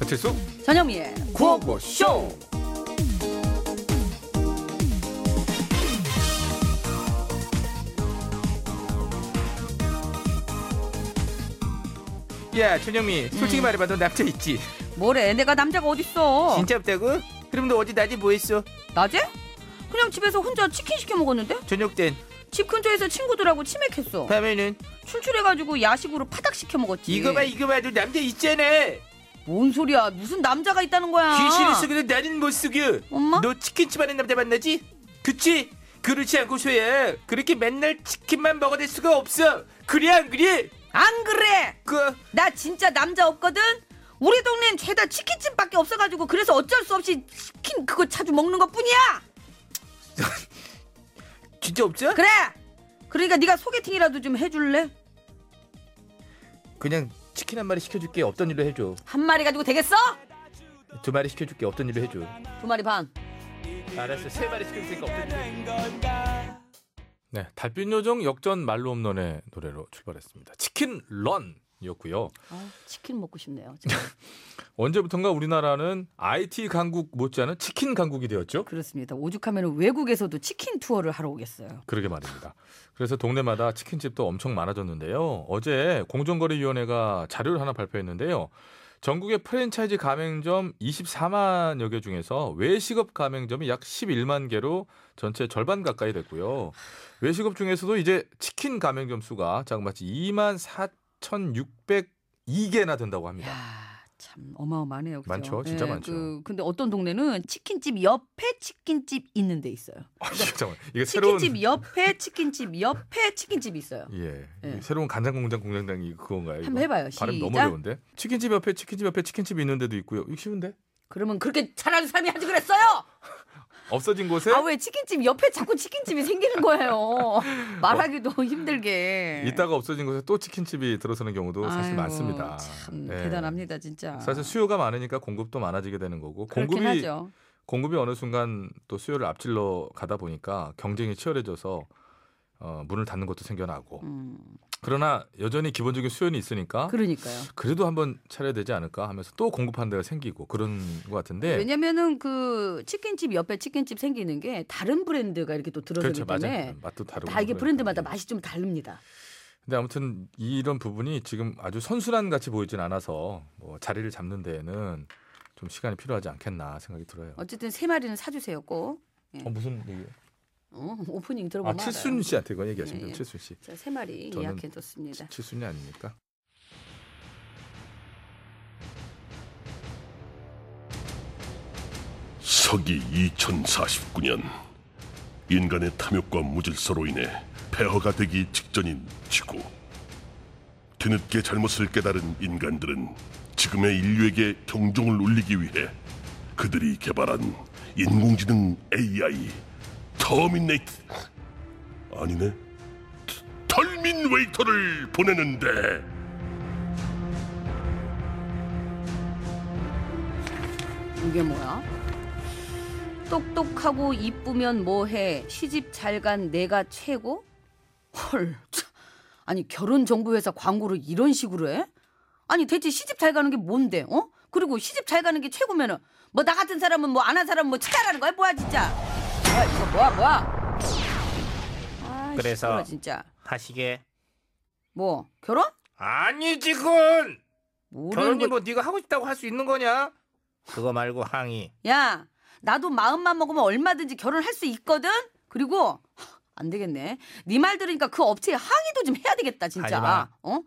배칠수 전영미의 구호쇼 야 전영미 솔직히 말해봐 너 남자 있지 뭐래 내가 남자가 음. 어딨어 진짜 없다고? 그럼 너 어제 낮에 뭐 했어? 낮에? 그냥 집에서 혼자 치킨 시켜 먹었는데 저녁 땐 집 근처에서 친구들하고 치맥했어 밤에는 출출해가지고 야식으로 파닥 시켜 먹었지 이거 봐 이거 봐너 남자 있잖아 뭔 소리야 무슨 남자가 있다는 거야 귀신을 속여도 나는 못 속여 아. 엄마? 너 치킨집 하는 남자 만나지? 그치? 그렇지 않고 소야 그렇게 맨날 치킨만 먹어댈 수가 없어 그래 안 그래? 안 그래 그 나 진짜 남자 없거든 우리 동네엔 죄다 치킨집밖에 없어가지고 그래서 어쩔 수 없이 치킨 그거 자주 먹는 것뿐이야 진짜 없어? 그래 그러니까 네가 소개팅이라도 좀 해줄래 그냥 치킨 한 마리 시켜줄게 없던 일로 해줘 한 마리 가지고 되겠어 두 마리 시켜줄게 없던 일로 해줘 두 마리 반 알았어 세 마리 시켜줄 테니까 없던 일로 해줘 네, 달빛 요정 역전 말로 없는의 노래로 출발했습니다. 치킨 런이었고요. 아, 치킨 먹고 싶네요 지금. 언제부턴가 우리나라는 IT 강국 못지않은 치킨 강국이 되었죠. 그렇습니다. 오죽하면 외국에서도 치킨 투어를 하러 오겠어요. 그러게 말입니다. 그래서 동네마다 치킨집도 엄청 많아졌는데요. 어제 공정거래위원회가 자료를 하나 발표했는데요. 전국의 프랜차이즈 가맹점 24만여 개 중에서 외식업 가맹점이 약 11만 개로 전체 절반 가까이 됐고요. 외식업 중에서도 이제 치킨 가맹점 수가 자그마치 2만 4,602개나 된다고 합니다. 야, 참 어마어마하네요. 그죠? 네. 많죠, 진짜 예, 많죠. 그, 근데 어떤 동네는 치킨집 옆에 치킨집 있는 데 있어요. 아, 이게 잠깐만. 이게 새로운 치킨집 옆에 치킨집 옆에 치킨집이 있어요. 예. 예. 새로운 간장 공장 공장장이 그건가요? 이거? 한번 해봐요. 발음 너무 시작. 어려운데. 치킨집 옆에 치킨집 옆에 치킨집이 있는 데도 있고요. 이거 쉬운데? 그러면 그렇게 잘하는 사람이 하지 그랬어요. 없어진 곳에 아 왜 치킨집 옆에 자꾸 치킨집이 생기는 거예요. 말하기도 어. 힘들게. 있다가 없어진 곳에 또 치킨집이 들어서는 경우도 사실 네. 아유, 많습니다. 참 예. 대단합니다 진짜. 사실 수요가 많으니까 공급도 많아지게 되는 거고 그렇긴 공급이 하죠. 공급이 어느 순간 또 수요를 앞질러 가다 보니까 경쟁이 치열해져서 어, 문을 닫는 것도 생겨나고 음, 그러나 여전히 기본적인 수요는 있으니까 그러니까요. 그래도 한번 차려야 되지 않을까 하면서 또 공급하는 데가 생기고 그런 것 같은데 아, 왜냐면은 그 치킨집 옆에 치킨집 생기는 게 다른 브랜드가 이렇게 또 들어서기 그렇죠 때문에 맞아요 맛도 다르고 다 이게 그러니까. 브랜드마다 맛이 좀 다릅니다. 근데 아무튼 이런 부분이 지금 아주 선순환 같이 보이진 않아서 뭐 자리를 잡는 데에는 좀 시간이 필요하지 않겠나 생각이 들어요. 어쨌든 세 마리는 사주세요 꼭. 어, 무슨 얘기? 어, 오프닝 아 들어보면 칠순 씨한테 이거 얘기하시면 예, 돼요. 예. 칠순 씨. 알아요. 자, 세 마리 저는 예약해뒀습니다. 칠순이 아닙니까? 서기 2049년 인간의 탐욕과 무질서로 인해 폐허가 되기 직전인 지구 뒤늦게 잘못을 깨달은 인간들은 지금의 인류에게 경종을 울리기 위해 그들이 개발한 인공지능 AI 터미네이트 아니네 털민웨이터를 보내는데 이게 뭐야? 똑똑하고 이쁘면 뭐해? 시집 잘 간 내가 최고? 헐. 참. 아니 결혼 정보 회사 광고를 이런 식으로 해? 아니 대체 시집 잘 가는 게 뭔데? 어? 그리고 시집 잘 가는 게 최고면은 뭐 나 같은 사람은 뭐 안 한 사람은 뭐 치다라는 거야? 뭐야 진짜? 뭐야 이거 뭐야 뭐야? 아, 그래서- 시끄러, 진짜 하시게 뭐 결혼? 아니지 그건 모르는 결혼이 거. 뭐 네가 하고 싶다고 할 수 있는 거냐? 그거 말고 항의 야, 나도 마음만 먹으면 얼마든지 결혼할 수 있거든. 그리고 하, 안 되겠네. 네 말 들으니까 그 업체에 항의도 좀 해야 되겠다, 진짜. 하지 마. 어?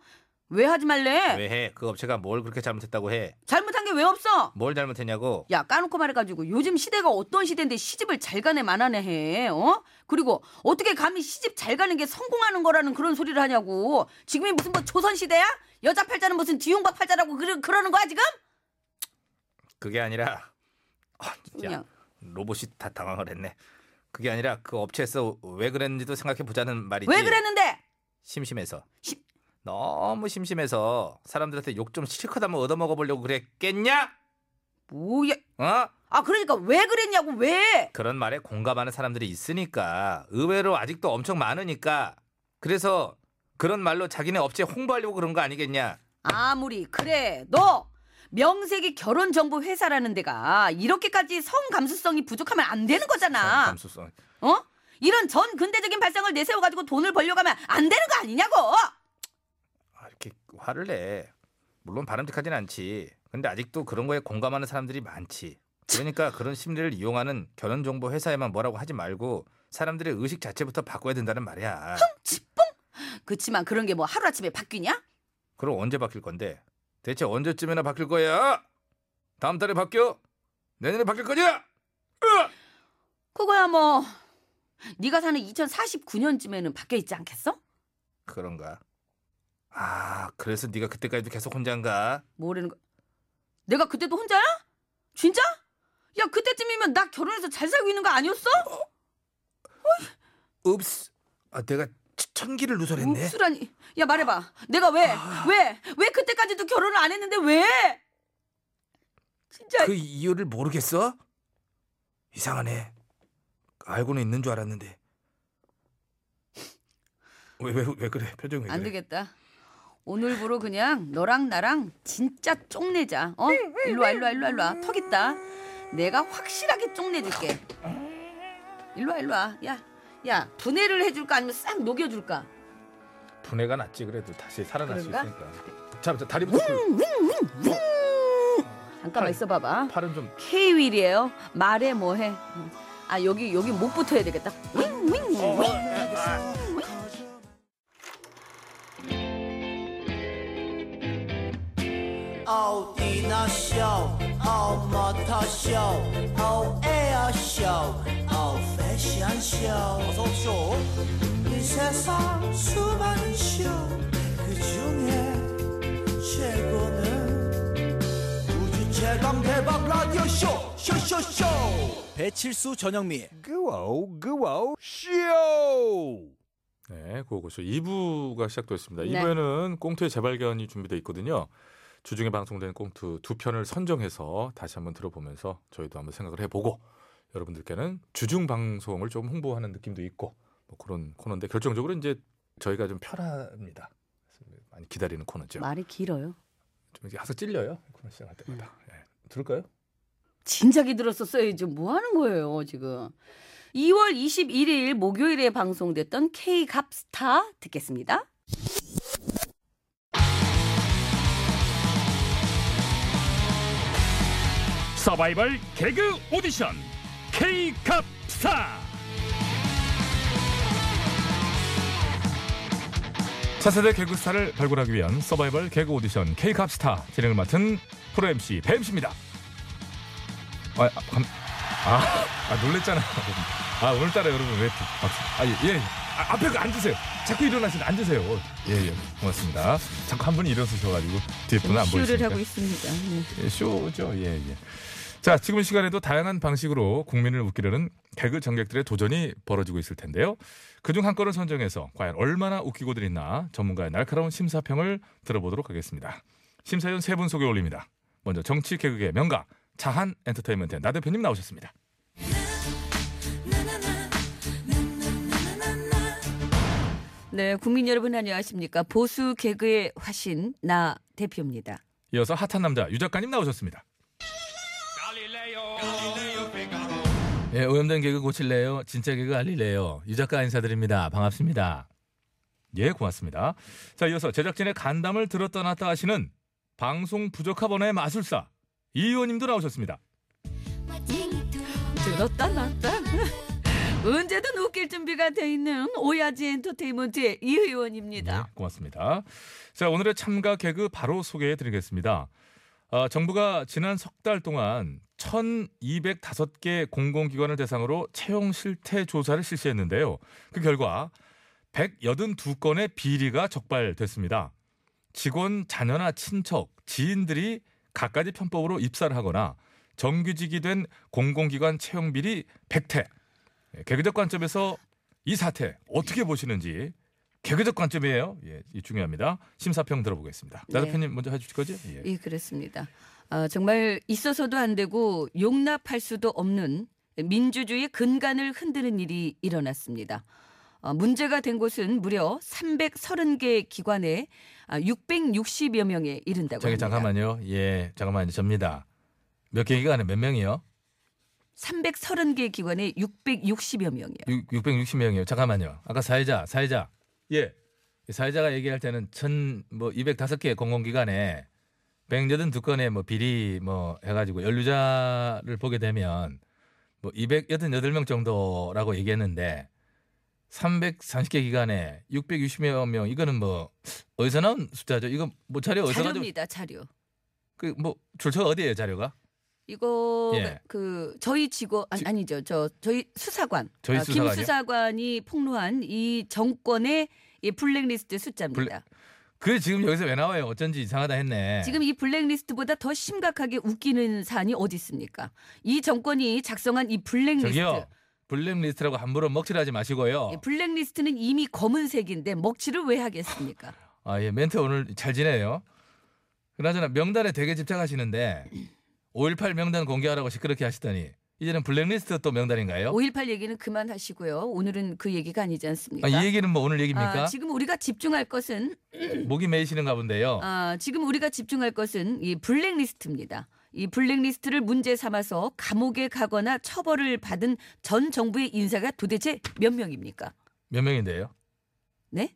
왜 하지 말래? 왜 해? 그 업체가 뭘 그렇게 잘못했다고 해? 잘못한 게 왜 없어? 뭘 잘못했냐고? 야, 까놓고 말해가지고 요즘 시대가 어떤 시대인데 시집을 잘 가네 만하네 해. 어? 그리고 어떻게 감히 시집 잘 가는 게 성공하는 거라는 그런 소리를 하냐고. 지금이 무슨 뭐 조선 시대야? 여자 팔자는 무슨 뒤용박 팔자라고 그러, 그러는 거야 지금? 그게 아니라 아, 진짜 그냥. 로봇이 다 당황을 했네. 그게 아니라 그 업체에서 왜 그랬는지도 생각해 보자는 말이지. 왜 그랬는데? 심심해서. 심- 너무 심심해서 사람들한테 욕 좀 실컷 한번 얻어먹어 보려고 그랬겠냐? 뭐야? 어? 아 그러니까 왜 그랬냐고 왜? 그런 말에 공감하는 사람들이 있으니까 의외로 아직도 엄청 많으니까 그래서 그런 말로 자기네 업체 홍보하려고 그런 거 아니겠냐? 아무리 그래도 명색이 결혼정보 회사라는 데가 이렇게까지 성 감수성이 부족하면 안 되는 거잖아. 감수성. 어? 이런 전 근대적인 발상을 내세워 가지고 돈을 벌려고 하면 안 되는 거 아니냐고. 아, 이렇게 화를 내. 물론 바람직하진 않지. 근데 아직도 그런 거에 공감하는 사람들이 많지. 그러니까 그런 심리를 이용하는 결혼 정보 회사에만 뭐라고 하지 말고 사람들의 의식 자체부터 바꿔야 된다는 말이야. 그치만 그런 게 뭐 하루아침에 바뀌냐? 그럼 언제 바뀔 건데? 대체 언제쯤이나 바뀔 거야? 다음 달에 바뀌어? 내년에 바뀔 거냐? 그거야 뭐 네가 사는 2049년쯤에는 바뀌어 있지 않겠어? 그런가? 아, 그래서 네가 그때까지도 계속 혼자인가? 뭐라는 거? 내가 그때도 혼자야? 진짜? 야 그때쯤이면 나 결혼해서 잘 살고 있는 거 아니었어? 읍스. 아, 내가 천- 천기를 누설했네. 아. 옥수라니. 야 말해봐. 내가 왜? 왜? 왜 그때까지도 결혼을 안 했는데 왜? 진짜 그 이유를 모르겠어? 이상하네. 알고는 있는 줄 알았는데. 왜 왜 왜 그래? 표정이 왜 그래? 안 되겠다. 오늘부로 그냥 너랑 나랑 진짜 쪽내자. 어? 일로 와, 일로 와, 일로 와, 일로 와. 턱 있다. 내가 확실하게 쪽내줄게. 일로 와, 일로 와. 야, 야, 분해를 해줄까 아니면 싹 녹여줄까? 분해가 낫지 그래도 다시 살아날 그런가? 수 있으니까. 자, 자 다리부터. 그- 잠깐만 있어봐봐. 팔은 좀 K 윌이에요. 말해 뭐해. 아 여기 여기 못 붙어야 되겠다. 윙, 윙, 윙. all dinner show, all motor show, all air show, all fashion show. 이 세상 수많은 쇼그 중에 최고는 우주 최강 대박 라디오 쇼 쇼쇼쇼 배칠수 전영미 네, 고고쇼 2부가 시작됐습니다. 네. 2부에는 꽁투의 재발견이 준비돼 있거든요. 주중에 방송된 꽁투 두 편을 선정해서 다시 한번 들어보면서 저희도 한번 생각을 해보고 여러분들께는 주중 방송을 좀 홍보하는 느낌도 있고 뭐 그런 코너인데 결정적으로 이제 저희가 좀 편합니다. 그래서 많이 기다리는 코너죠. 말이 길어요. 좀 이게 항상 찔려요. 코너 시작할 때마다. 예. 들을까요? 진작에 들었었어야지 뭐 하는 거예요 지금. 2월 21일 목요일에 방송됐던 K 갑스타 듣겠습니다. 서바이벌 개그 오디션 K-컵스타 차세대 개그스타를 발굴하기 위한 서바이벌 개그 오디션 K-컵스타 진행을 맡은 프로 MC 배임씨입니다 아, 아, 감- 아, 아, 놀랬잖아 아 오늘따라 여러분 왜 이렇게 박수 아예 예. 아, 앞에 그 앉으세요 자꾸 일어나시는 앉으세요 예예 고맙습니다 자꾸 한 분이 일어서셔가지고 뒤에 분은 안 보이시니까 있습니다. 네. 예, 쇼죠. 예, 예. 자, 지금 시간에도 다양한 방식으로 국민을 웃기려는 개그 전객들의 도전이 벌어지고 있을 텐데요. 그중 한 건을 선정해서 과연 얼마나 웃기고들 있나 전문가의 날카로운 심사평을 들어보도록 하겠습니다. 심사위원 세 분 소개 올립니다. 먼저 정치 개그의 명가 자한 엔터테인먼트의 나 대표님 나오셨습니다. 네 국민 여러분 안녕하십니까 보수 개그의 화신 나 대표입니다. 이어서 핫한 남자 유 작가님 나오셨습니다. 예, 오염된 개그 고칠래요? 진짜 개그 알릴래요? 유 작가 인사드립니다. 반갑습니다. 예, 고맙습니다. 자, 이어서 제작진의 간담을 들었다 놨다 하시는 방송 부적합원의 마술사 이 의원님도 나오셨습니다. 들었다 놨다 언제든 웃길 준비가 돼 있는 오야지 엔터테인먼트의 이 의원입니다. 네, 고맙습니다. 자, 오늘의 참가 개그 바로 소개해 드리겠습니다. 아, 정부가 지난 석 달 동안 1,205개 공공기관을 대상으로 채용 실태 조사를 실시했는데요. 그 결과 182건의 비리가 적발됐습니다. 직원 자녀나 친척, 지인들이 각가지 편법으로 입사를 하거나 정규직이 된 공공기관 채용 비리 100태. 예, 개그적 관점에서 이 사태 어떻게 보시는지 개그적 관점이에요. 예, 이 중요합니다. 심사평 들어보겠습니다. 나 네. 대표님 먼저 해주실 거죠? 예. 네. 예, 그렇습니다. 아, 정말 있어서도 안 되고 용납할 수도 없는 민주주의 근간을 흔드는 일이 일어났습니다. 어, 문제가 된 곳은 무려 330개 기관에 아, 660여 명에 이른다고 저기 합니다. 잠깐만요. 예, 잠깐만요. 접니다. 몇 개 기관에 몇 명이요? 330개 기관에 660여 명이요. 660명이요. 잠깐만요. 아까 사회자, 사회자. 예. 사회자가 얘기할 때는 천뭐 205개 공공기관에 백여든 두 건의 뭐 비리 뭐 해가지고 연루자를 보게 되면 뭐 288명 정도라고 얘기했는데 330개 기관에 660여 명 이거는 뭐 어디서 나온 숫자죠? 이거 뭐 자료 어디서 가지고 자료입니다, 자료. 그뭐 출처 어디예요 자료가? 이거 예. 그 저희 직원 아니, 아니죠 저 저희 수사관 저희 아, 수사관이요? 김 수사관이 폭로한 이 정권의 이 블랙리스트 숫자입니다. 그 지금 여기서 왜 나와요? 어쩐지 이상하다 했네. 지금 이 블랙리스트보다 더 심각하게 웃기는 사안이 어디 있습니까? 이 정권이 작성한 이 블랙리스트 저기요 어. 블랙리스트라고 함부로 먹칠하지 마시고요. 이 블랙리스트는 이미 검은색인데 먹칠을 왜 하겠습니까? 아, 예, 멘트 오늘 잘 지내요. 그나저나 명단에 되게 집착하시는데 5.18 명단 공개하라고 시끄럽게 하시더니 이제는 블랙리스트 또 명단인가요? 5.18 얘기는 그만하시고요. 오늘은 그 얘기가 아니지 않습니까? 아, 이 얘기는 뭐 오늘 얘기입니까? 그러니까? 아, 지금 우리가 집중할 것은 목이 메이시는가 본데요. 아, 지금 우리가 집중할 것은 이 블랙리스트입니다. 이 블랙리스트를 문제 삼아서 감옥에 가거나 처벌을 받은 전 정부의 인사가 도대체 몇 명입니까? 몇 명인데요? 네?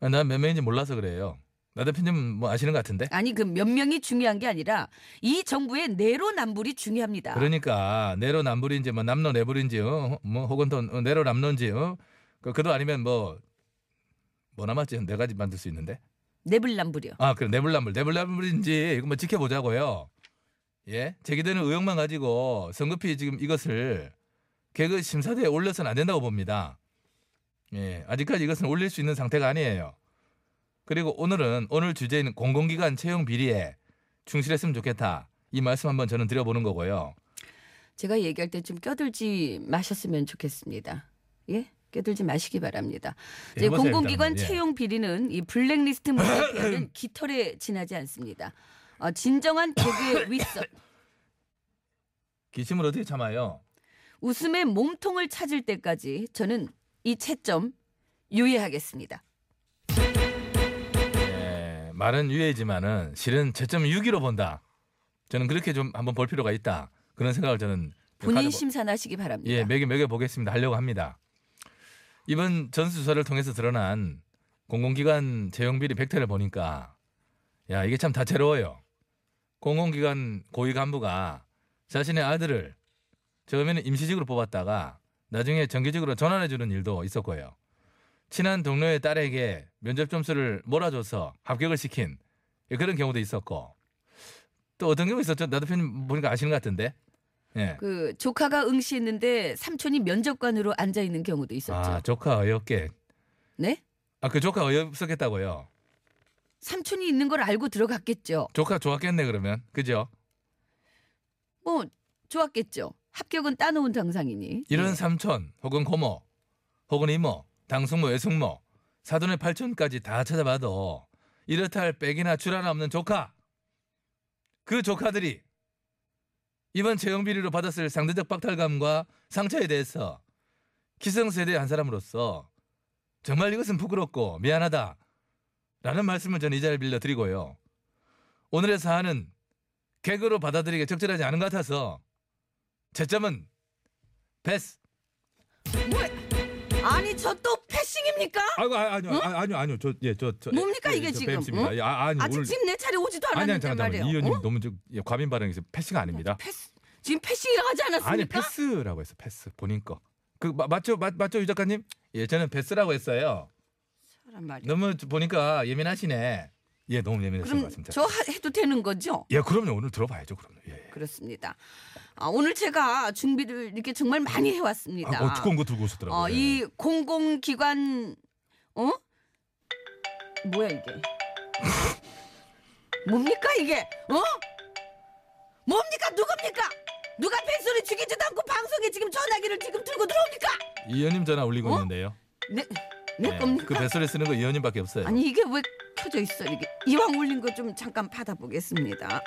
아, 난몇 명인지 몰라서 그래요. 나 대표님 뭐 아시는 것 같은데? 아니 그 몇 명이 중요한 게 아니라 이 정부의 내로남불이 중요합니다. 그러니까 내로남불인지 뭐 남로내불인지 어? 뭐 혹은 또 내로남론지 어? 그, 그도 아니면 뭐. 뭐 남았지? 네 가지 만들 수 있는데. 내불남불이요. 아, 그럼 내불남불, 내불남불인지 이거 뭐 지켜보자고요. 예, 제기되는 의혹만 가지고 성급히 지금 이것을 개그 심사대에 올려서는 안 된다고 봅니다. 예, 아직까지 이것은 올릴 수 있는 상태가 아니에요. 그리고 오늘은 오늘 주제인 공공기관 채용 비리에 충실했으면 좋겠다. 이 말씀 한번 저는 드려보는 거고요. 제가 얘기할 때 좀 껴들지 마셨으면 좋겠습니다. 예? 껴들지 마시기 바랍니다. 예, 이제 해보세요, 공공기관 일단은. 예. 채용 비리는 이 블랙리스트 문제는 깃털에 지나지 않습니다. 어, 진정한 개그의 윗선, 기침을 어떻게 참아요? 웃음의 몸통을 찾을 때까지 저는 이 채점 유예하겠습니다. 예, 말은 유예지만은 실은 채점 6위로 본다. 저는 그렇게 좀 한번 볼 필요가 있다. 그런 생각을 저는 본인 가져보- 심사하시기 바랍니다. 예, 매겨 매겨 보겠습니다. 하려고 합니다. 이번 전수조사를 통해서 드러난 공공기관 채용 비리 100태를 보니까 야, 이게 참 다채로워요. 공공기관 고위 간부가 자신의 아들을 처음에는 임시직으로 뽑았다가 나중에 정규직으로 전환해 주는 일도 있었고요. 친한 동료의 딸에게 면접 점수를 몰아줘서 합격을 시킨 예, 그런 경우도 있었고 또 어떤 경우 있었죠? 나도 편 보니까 아시는 것 같은데. 예. 그 조카가 응시했는데 삼촌이 면접관으로 앉아 있는 경우도 있었죠. 아 조카 어이없게 네? 아 그 조카 어이없었겠다고요 삼촌이 있는 걸 알고 들어갔겠죠. 조카 좋았겠네 그러면 그죠 뭐 좋았겠죠. 합격은 따놓은 당상이니. 이런 삼촌 혹은 고모 혹은 이모 당숙모 외숙모 사돈의 팔촌까지 다 찾아봐도 이렇다 할 백이나 줄 하나 없는 조카 그 조카들이 이번 채용 비리로 받았을 상대적 박탈감과 상처에 대해서 기성세대의 한 사람으로서 정말 이것은 부끄럽고 미안하다 라는 말씀을 저는 이 자리에 빌려드리고요 오늘의 사안은 개그로 받아들이기 적절하지 않은 것 같아서 채점은 패스 네. 아니 저 또 패싱입니까? 아이고 아, 아니요 아, 아니요 아니요 저 예 저 저, 뭡니까, 예, 이게 저 지금? 뱀씨입니다. 응? 예, 아, 아니 아직 오늘 집 내 차례 오지도 아니 아니 않았는데 잠깐만요 말이에요. 이 의원님 어? 너무 좀 예, 과민 발언해서 패싱 아닙니다. 패스 지금 패싱이라고 하지 않았습니까? 아니 패스라고 했어 패스 본인 거그 맞죠 맞, 맞죠 유 작가님 예 저는 패스라고 했어요 사람 말이야. 네, 너무 저- 보니까 예민하시네 예 너무 예민했어요 그럼 맞습니다 저 하- 해도 되는 거죠? 예 그럼요 오늘 들어봐야죠 그럼요 예, 예. 그렇습니다. 아, 오늘 제가 준비를 이렇게 정말 많이 해왔습니다. 아, 어, 두꺼운 거 들고 오셨더라고요. 어, 예. 이 공공기관 어 뭐야 이게 뭡니까 이게 어 뭡니까 누굽니까 누가 팬소리 죽이지도 않고 방송에 지금 전화기를 지금 들고 들어옵니까 이 의원님 전화 울리고 어? 있는데요 내내 예, 겁니까 그 뱃소리 쓰는 거 의원님밖에 없어요 아니 이게 왜 켜져 있어 이게 이왕 울린 거 좀 잠깐 받아보겠습니다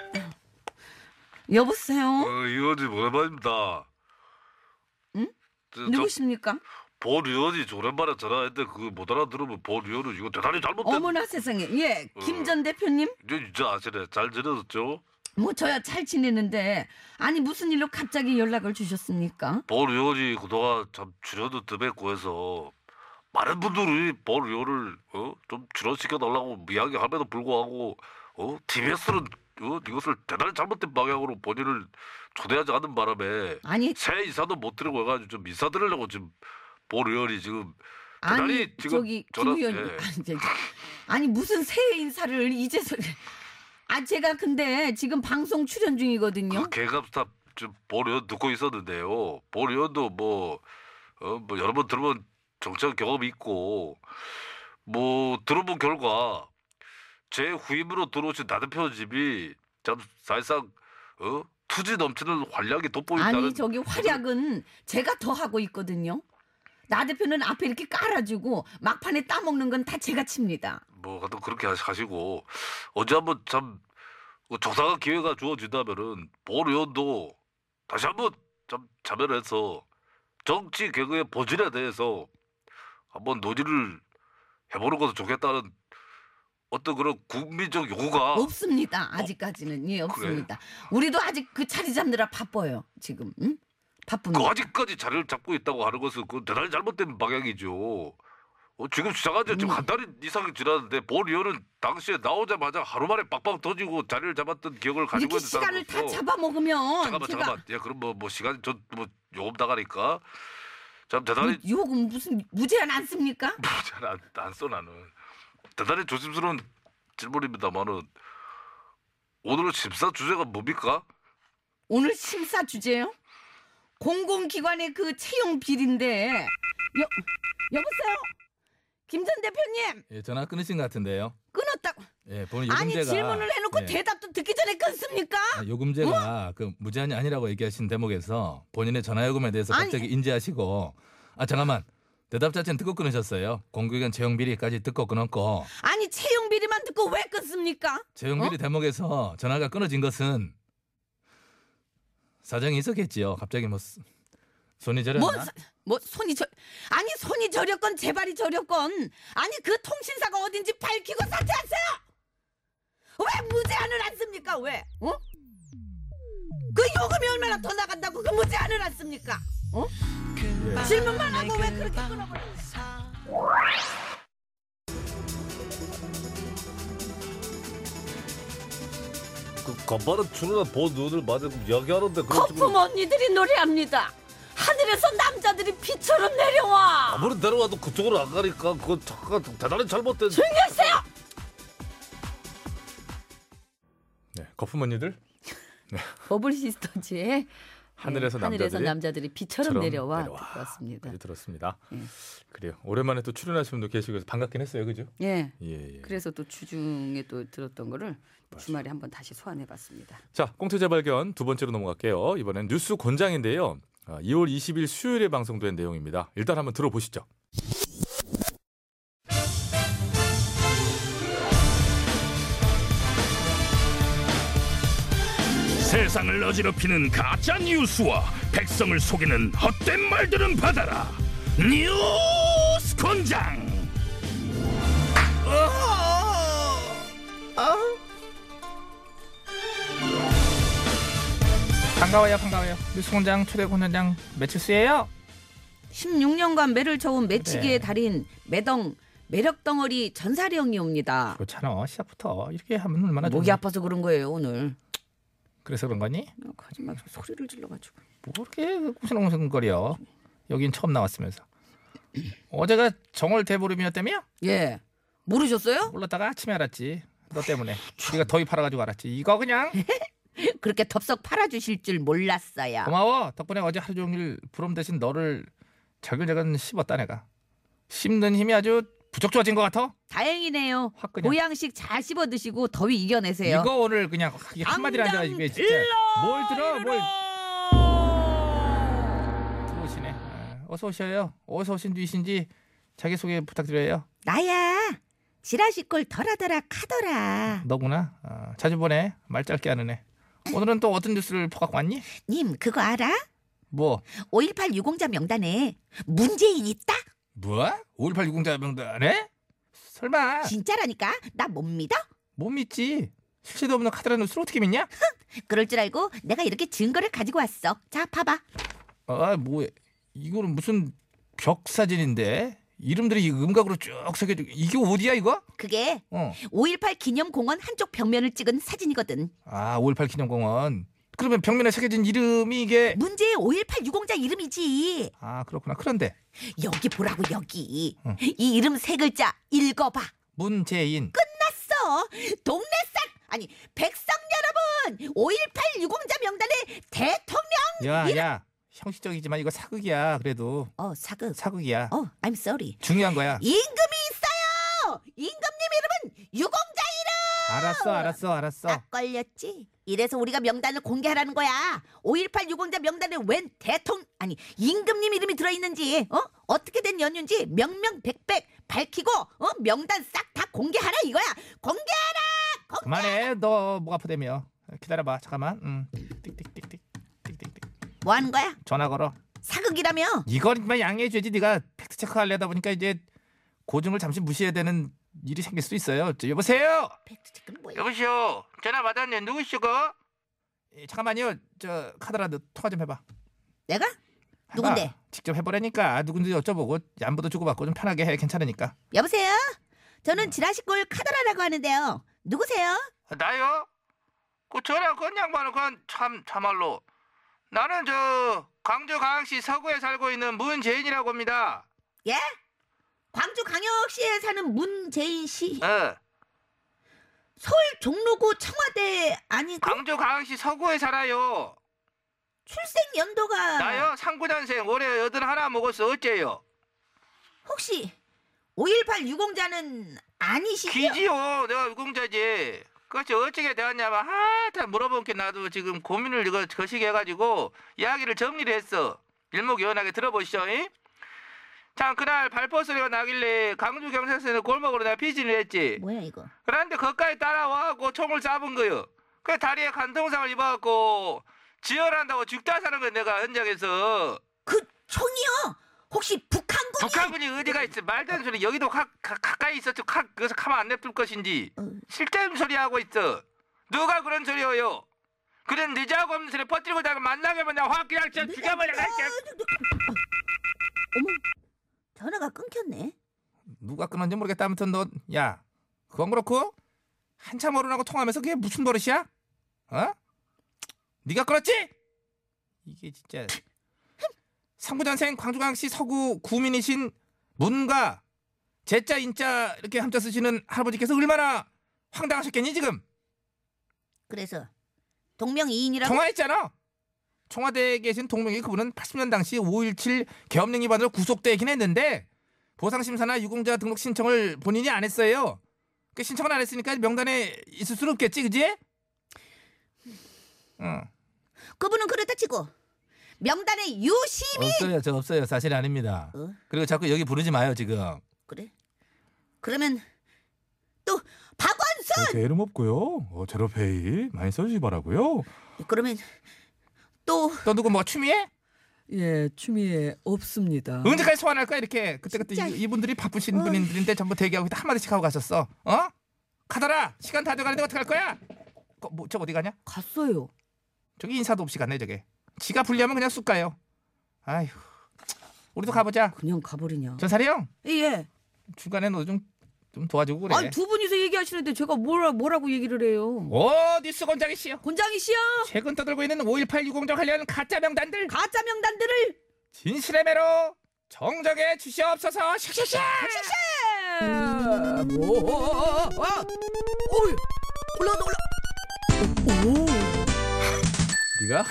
여보세요 어, 이원이 오랜만입니다. 응? 저, 저 누구십니까 보리언이 조랜만에 전화했는데 그거 못 알아들으면 보리언은 이거 대단히 잘못된 어머나 세상에. 예, 김 전 대표님? 이제 이제 아시네 잘 지내셨죠? 뭐 저야 잘 지내는데 아니 무슨 일로 갑자기 연락을 주셨습니까? 보리언이 그동안 참 출연도 뜸했고 해서 많은 분들이 보리언을 어? 좀 출연시켜달라고 이야기함에도 불구하고 어? TBS는 어? 이것을 대단히 잘못된 방향으로 본인을 초대하지 않는 바람에 아니 새 인사도 못 드리고 해가지고 좀 인사드리려고 지금 보리언이 지금 아니 대단히 지금 저기 김 전화- 의원님 예. 아니, 저기, 아니 무슨 새해 인사를 이제서 아 제가 근데 지금 방송 출연 중이거든요. 그 개감스탑 좀 보리언 듣고 있었는데요. 보리언도 뭐, 어, 뭐 여러 번 들어본 정치적 경험이 있고 뭐 들어본 결과 제 후임으로 들어오신 나대표 집이 참 사실상 어? 투지 넘치는 활약이 돋보인다는 아니 저기 활약은 제가 더 하고 있거든요. 나 대표는 앞에 이렇게 깔아주고 막판에 따먹는 건 다 제가 칩니다. 뭐 하여튼 그렇게 하시- 하시고 언제 한번 참그 적당한 기회가 주어진다면은 보리언도 다시 한번 참 자면해서 정치 개그의 본질에 대해서 한번 논의를 해보는 것도 좋겠다는 어떤 그런 국민적 요구가 어? 어. 없습니다. 아직까지는 예 없습니다. 우리도 아직 그 자리 잡느라 바빠요. 지금 응? 바쁩니다. 그 아직까지 자리를 잡고 있다고 하는 것은 그 대단히 잘못된 방향이죠. 어, 지금 시작한 지 지금 음. 한 달 이상이 지났는데 보리언은 당시에 나오자마자 하루 만에 빡빡 터지고 자리를 잡았던 기억을 가지고 이렇게 있는 시간을 사람으로서 다 잡아먹으면 잠깐만 제가 잠깐만 야 그럼 뭐 뭐 시간 저뭐 요금 나가니까 참 뭐 대단히 요금 무슨 무제한 안 씁니까? 잘안써 나는 대단히 조심스러운 질문입니다만은 오늘 심사 주제가 뭡니까? 오늘 심사 주제요? 공공기관의 그 채용 비리인데 여 여보세요? 김 전 대표님 예, 전화 끊으신 것 같은데요. 끊었다고 예, 본인 아니 요금제가 질문을 해놓고 예, 대답도 듣기 전에 끊습니까? 아, 뭐? 요금제가 그 무제한이 아니라고 얘기하신 대목에서 본인의 전화 요금에 대해서 아니. 갑자기 인지하시고 아 잠깐만 대답 자체는 듣고 끊으셨어요. 공교육원 채용 비리까지 듣고 끊었고 아니 채용 비리만 듣고 왜 끊습니까? 채용 어? 비리 대목에서 전화가 끊어진 것은 사정이 있었겠지요. 갑자기 뭐 쓰- 손이 저렸나? 뭐, 사- 뭐 손이 저 아니 손이 저렸건 제발이 저렸건 아니 그 통신사가 어딘지 밝히고 사퇴하세요. 왜 무제한을 안 씁니까? 왜? 어? 그 요금이 얼마나 더 나간다고 그 무제한을 안 씁니까? 어? 질문만 하고 왜 그렇게 끊어버려? 그 간발은 추르나 보 눈을 맞아 이야기하는데 그런 식으로 거품 언니들이 노래합니다. 하늘에서 남자들이 비처럼 내려와. 아무리 내려와도 그쪽으로 안 가니까 그건 잠깐 대단히 잘못된 조용히 하세요. 네, 거품 언니들 버블 시스터즈의 하늘에서 하늘에서 남자들이 남자들이 비처럼 처럼 내려와 내려와. 듣고 네. 왔습니다. 여기 들었습니다. 예. 음. 그래요. 오랜만에 또 출연하시는 분도 계시고 해서 반갑긴 했어요, 그죠? 예. 예, 예. 그래서 또 주중에 또 들었던 거를 주말에 한번 다시 소환해봤습니다. 자, 꽁트 재발견 두 번째로 넘어갈게요. 이번엔 뉴스 권장인데요. 아, 2월 20일 수요일에 방송된 내용입니다. 일단 한번 들어보시죠. 세상을 어지럽히는 가짜 뉴스와 백성을 속이는 헛된 말들은 받아라. 뉴스 권장. 반가워요, 반가워요. 뉴스공장 초대 공연장 매칠수예요. 16년간 매를 저은 네. 매치기의 달인 매덩 매력 덩어리 전사령이 옵니다. 그렇잖아. 시작부터 이렇게 하면 얼마나 목이 아파서 그런 거예요 오늘. 어, 그래서 그런 거니? 거짓말 소리를 질러가지고. 모르게 웅성웅성거려. 뭐 여긴 처음 나왔으면서. 어제가 정월 대보름이었다며? 예. 모르셨어요? 몰랐다가 아침에 알았지. 너 때문에. 네가 더위 팔아가지고 알았지. 이거 그냥 그렇게 덥석 팔아주실 줄 몰랐어요. 예. 고마워. 덕분에 어제 하루 종일 부름 대신 너를 자글자글 씹었다 내가. 씹는 힘이 아주 부쩍 좋아진 것 같아. 다행이네요. 확 그냥. 보양식 잘 씹어 드시고 더위 이겨내세요. 이거 오늘 그냥 확- 한마디로 당장 하자 이게 진짜. 뭘 들어? 뭘 들어오시네. 아, 어서 오셔요. 어서 오신 뒤이신지 자기 소개 부탁드려요. 나야. 지라시골 덜하더라 카더라. 너구나. 아, 자주 보네. 말 짧게 하는 애. 오늘은 또 어떤 뉴스를 퍼갖고 왔니? 님 그거 알아? 뭐? 5.18 유공자 명단에 문재인 있다? 뭐? 5.18 유공자 명단에? 설마 어. 진짜라니까 나 못 믿어? 못 믿지. 실체도 없는 카드라 뉴스를 어떻게 믿냐? 그럴 줄 알고 내가 이렇게 증거를 가지고 왔어. 자, 봐봐. 아 뭐야? 이거는 무슨 벽 사진인데 이름들이 이 음각으로 쭉 새겨져. 이게 어디야 이거? 그게 어. 5.18 기념공원 한쪽 벽면을 찍은 사진이거든. 아 5.18 기념공원. 그러면 벽면에 새겨진 이름이 이게 문제의 5.18 유공자 이름이지. 아 그렇구나. 그런데 여기 보라고 여기. 이 이름 세 글자 읽어봐. 문재인 써. 동네 싹 아니 백성 여러분 5.18 유공자 명단에 대통령. 야야 형식적이지만 이거 사극이야 그래도 어 사극. 사극이야 어 I'm sorry. 중요한 거야 임금이 있어요. 임금님 이름은 유공자 알았어 아, 알았어 알았어 딱 걸렸지. 이래서 우리가 명단을 공개하라는 거야. 5.18 유공자 명단에 웬 대통령 아니 임금님 이름이 들어있는지 어 어떻게 된 연유인지 명명백백 밝히고 어 명단 싹 다 공개하라 이거야. 공개하라. 그만해 너 목 아프대며 기다려봐 잠깐만 음. 띡띡띡띡 띡띡띡 뭐 하는 거야? 전화 걸어 사극이라며. 이건 정말 양해해 줘야지 네가 팩트 체크하려다 보니까 이제 고증을 잠시 무시해야 되는 일이 생길 수도 있어요 저, 여보세요 팩트 체크는 뭐야? 여보시오. 전화 받았네. 누구시고? 예, 잠깐만요 저 카드라도 통화 좀 해봐 내가? 해봐. 누군데? 직접 해보라니까 아, 누군지 여쭤보고 안부도 주고받고 좀 편하게 해 괜찮으니까 여보세요? 저는 지라시골 카더라라고 하는데요. 누구세요? 나요? 그 전화 건 양반은 그참 참말로 나는 저 광주 강항시 서구에 살고 있는 문재인이라고 합니다. 예? 광주 광역시에 사는 문재인 씨. 어, 서울 종로구 청와대 아니고 광주 강항시 서구에 살아요. 출생 연도가 나요? 39년생 올해 여든 하나 먹었어 어째요? 혹시 5.18 유공자는 아니시죠? 기지요. 내가 유공자지. 그것이 어찌게 되었냐면 아, 하다 물어본 게 나도 지금 고민을 이거 거시게 해가지고 이야기를 정리를 했어. 일목요연하게 들어보시죠. 잉? 참 그날 발포 소리가 나길래 강주 경찰서는 골목으로 내가 피진을 했지. 뭐야 이거? 그런데 거기까지 따라와갖고 총을 쏴본 거요. 그 다리에 간통상을 입어갖고 지혈한다고 죽다 사는 건 내가 현장에서. 그 총이요? 혹시 북한군? 북한군이 어디가 있어? 말도 안 소리. 여기도 가, 가, 가까이 있었죠. 가, 그래서 가만 안 냅둘 것인지. 어. 실대는 소리 하고 있어. 누가 그런 소리여요? 그런 늦자고 없는 소리 퍼뜨리고 다가 만나게 만나 확 그냥 진짜 죽여버려. 갈게. 어머 전화가 끊겼네. 누가 끊었는지 모르겠다 아무튼 너야 그건 그렇고 한참 어른하고 통하면서 그게 무슨 버릇이야? 어? 네가 끊었지? 이게 진짜 상부전생 광주광시 서구 구민이신 문가 제자 인자 이렇게 함자 쓰시는 할아버지께서 얼마나 황당하셨겠니 지금 그래서 동명이인이라고 통화했잖아 청와대에 계신 동명이 그분은 80년 당시 5.17 계엄령 위반으로 구속되긴 했는데 보상심사나 유공자 등록 신청을 본인이 안 했어요. 그 신청을 안 했으니까 명단에 있을 수는 없겠지, 그지? 어. 응. 그분은 그렇다 치고 명단에 유시민 없어요, 저 없어요. 사실 아닙니다. 어? 그리고 자꾸 여기 부르지 마요, 지금. 그래? 그러면 또 박원순 제 이름 없고요. 어, 제로페이 많이 써주시 바라고요. 그러면 또 너 누구 뭐 취미해? 예, 추미애 없습니다. 언제까지 소환할 거야 이렇게 그때그때 진짜. 이- 이분들이 바쁘신 어이. 분들인데 전부 대기하고 있다 한마디씩 하고 가셨어 어? 가더라 시간 다 돼가는데 어떡할 거야? 거, 뭐, 저 어디 가냐? 갔어요. 저기 인사도 없이 가네 저게 지가 불리하면 그냥 쑥 가요 아휴 우리도 가보자 그냥 가버리냐? 전사리 형 예. 네. 중간에 너 좀 좀 도와주고 그래 아니 두 분이서 얘기하시는데 제가 뭐라 뭐라고 얘기를 해요? 오 뉴스 권장이 씨요 권장이 씨요. 최근 떠들고 있는 5.18 유공자 관련 가짜 명단들 가짜 명단들을 진실의 매로 정정해 주시옵소서 샥샥샥 뭐? 어, 올라가 올라. 오. 네가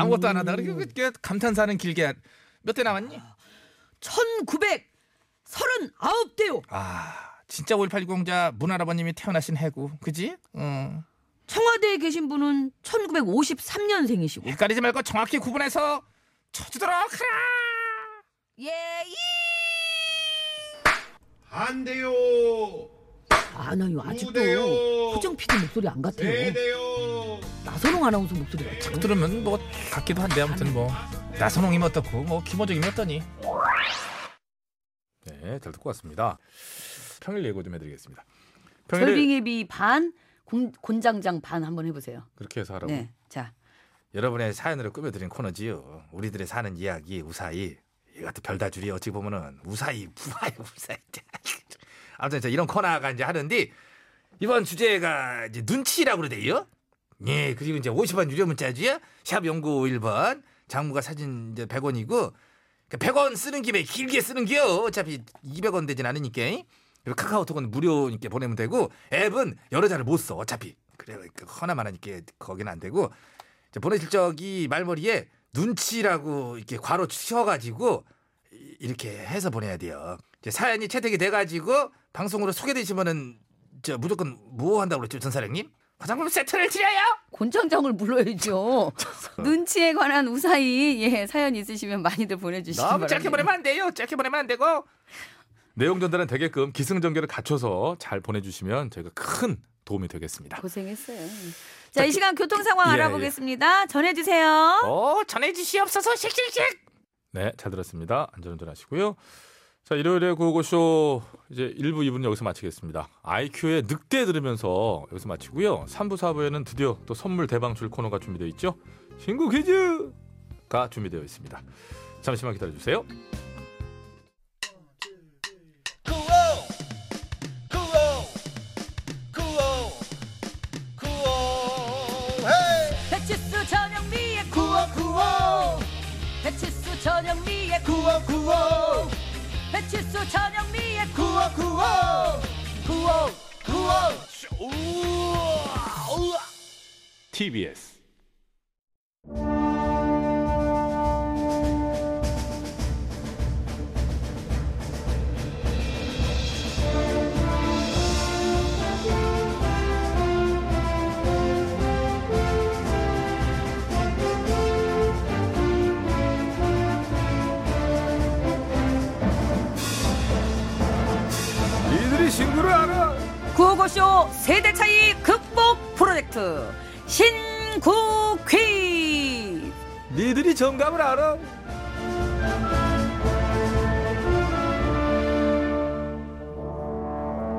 아무것도 안 하다 그렇게 그렇게 감탄사는 길게 몇 대 남았니? 1939대요. 아 진짜 5.18 유공자 문할아버님이 태어나신 해고 그지? 어. 응 청와대에 계신 분은 1953년생이시고 헷갈리지 말고 정확히 구분해서 쳐주도록 하라 예이 안 돼요. 안 와요 아직도 우대요. 허정 PD 목소리 안 같아요. 돼요. 나선홍 아나운서 목소리가 참. 들으면 뭐 같기도 한데 아무튼 뭐 나선홍이면 어떻고 뭐 김호정이면 어떠니 네, 잘 듣고 왔습니다. 평일 예고 좀 해드리겠습니다. 평일에 절빙애비 반, 곤, 곤장장 반 한번 해보세요. 그렇게 해서 하라고. 네, 자 여러분의 사연으로 꾸며드린 코너지요. 우리들의 사는 이야기 우사히 이 같은 별다줄이 어찌 보면은 우사히 부하의 우사히. 아무튼 이제 이런 코너가 이제 하는데 이번 주제가 이제 눈치라고 그러대요. 예, 그리고 이제 50원 유료 문자지요. 샵 연구 1번 장무가 사진 이제 100원이고 100원 쓰는 김에 길게 쓰는 게요. 어차피 200원 되진 않으니까. 그리고 카카오톡은 무료니까 보내면 되고 앱은 여러 자를 못 써. 어차피. 그래 그 하나만 하니까 거기는 안 되고 이제 보내실 적이 말머리에 눈치라고 이렇게 괄호 치셔가지고 이- 이렇게 해서 보내야 돼요. 이제 사연이 채택이 돼가지고 방송으로 소개되시면은 저 무조건 뭐 한다고 그랬죠 전 사장님? 화장품 세트를 드려요. 곤장장을 불러야죠. 눈치에 관한 우사히 예 사연 있으시면 많이들 보내주시기 너무 바랍니다. 짧게 보내면 안 돼요. 짧게 보내면 안 되고 내용 전달은 되게끔 기승전결을 갖춰서 잘 보내주시면 저희가 큰 도움이 되겠습니다. 고생했어요. 자, 이 시간 교통 상황 예, 알아보겠습니다. 전해주세요. 어 전해주시옵소서 씩씩씩. 네, 잘 들었습니다. 안전운전 하시고요. 자, 일요일에 구호고쇼 이제 1부, 2부는 여기서 마치겠습니다. IQ의 늑대 들으면서 여기서 마치고요. 3부, 4부에는 드디어 또 선물 대방출 코너가 준비되어 있죠. 신구 퀴즈가 준비되어 있습니다. 잠시만 기다려주세요. 구호 구호 구호 구호 헤이 배치수 전영미의 구호 구호 배치수 전영미의 구호 구호 배치수 전영미의 구호 구호 구호 구호 우와 우와 TBS. 이들이 신구를 알아. 구호고쇼 세대 차이 극복 프로젝트 신구 퀴즈. 니들이 정답을 알아.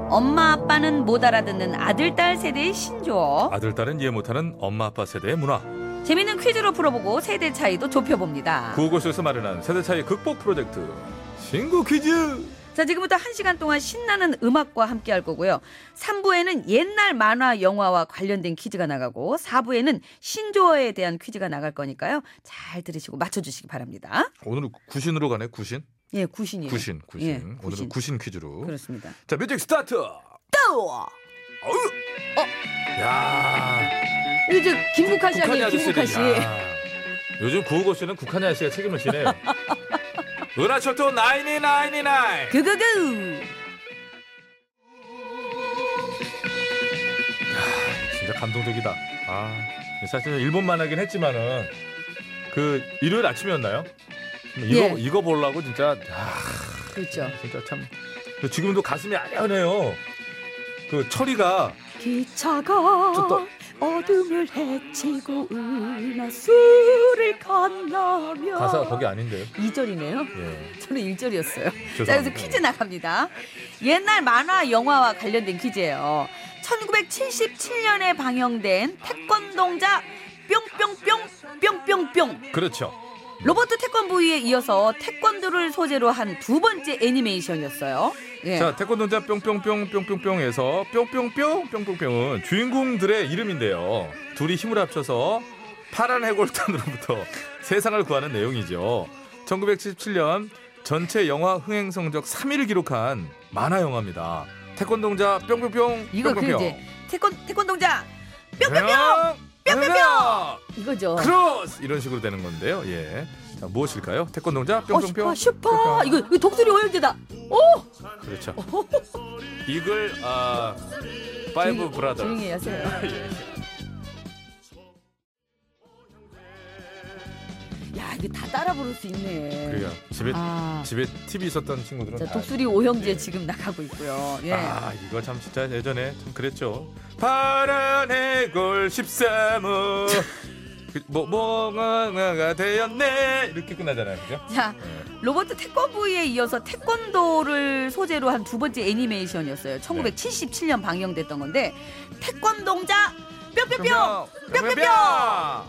엄마 아빠는 못 알아듣는 아들 딸 세대의 신조어. 아들, 딸은 이해 못하는 엄마, 아빠 세대의 문화. 재미있는 퀴즈로 풀어보고 세대 차이도 좁혀봅니다. 구호고쇼에서 마련한 세대 차이 극복 프로젝트. 신구 퀴즈. 자, 지금부터 한시간 동안 신나는 음악과 함께 할 거고요. 3부에는 옛날 만화, 영화와 관련된 퀴즈가 나가고 4부에는 신조어에 대한 퀴즈가 나갈 거니까요. 잘 들으시고 맞춰주시기 바랍니다. 오늘은 구신으로 가네. 구신. 예, 구신이에요. 구신, 구신. 예, 오늘은 구신. 구신 퀴즈로. 그렇습니다. 자, 뮤직 스타트. 따워! 야, 이제 김국하 씨 북한의 어? 아니에요, 아저씨들. 김국하 씨. 야. 요즘 구호고 씨는 국한의 아저씨가 책임을 지네요. 은하철도 9999. 그그그! 진짜 감동적이다. 아, 사실 일본만 하긴 했지만은 그 일요일 아침이었나요? 이거 예. 이거 보려고 진짜 아, 그렇죠. 진짜 참. 근데 지금도 가슴이 아련해요. 그 철이가 기차가 어둠을 헤치고 은하수를 건너며 가사 거기 아닌데요. 2절이네요. 예. 저는 1절이었어요. 자, 그래서 죄송합니다. 퀴즈 나갑니다. 옛날 만화, 영화와 관련된 퀴즈예요. 1977년에 방영된 태권동자 뿅뿅뿅 뿅뿅뿅 그렇죠. 로버트 태권부이에 이어서 태권도를 소재로 한 두 번째 애니메이션이었어요. 예. 자, 태권도자 뿅뿅뿅 뿅뿅뿅에서 뿅뿅뿅 뿅뿅뿅은 주인공들의 이름인데요. 둘이 힘을 합쳐서 파란 해골단으로부터 세상을 구하는 내용이죠. 1977년 전체 영화 흥행 성적 3위를 기록한 만화 영화입니다. 태권도자 뿅뿅뿅 이거 그 뿅뿅뿅. 네. 이제 태권 태권동자 뿅뿅뿅 뿅뿅뿅 이거죠. 어, 크로스 이런 식으로 되는 건데요. 예. 자, 무엇일까요? 태권도자 어, 뿅뿅뿅. 슈퍼 슈퍼 뿅뿅. 이거, 이거 독수리 오연제다. 그렇죠. 이글 아 파이브 브라더. 조용히 하세요. 예. 야 그게 다 따라 부를 수 있네. 네. 그래요. 집에 아, 집에 TV 있었던 친구들은 자, 다 독수리 오형제 지금 나가고 있고요. 예. 네. 아 이거 참 진짜 예전에 참 그랬죠. 파란 해골 13호 뭐 뭐가 되었네 이렇게 끝나잖아요, 그죠? 자, 로버트 태권브이에 이어서 태권도를 소재로 한 두 번째 애니메이션이었어요. 네. 1977년 방영됐던 건데 태권동자 뿅뿅뿅 뿅뿅뿅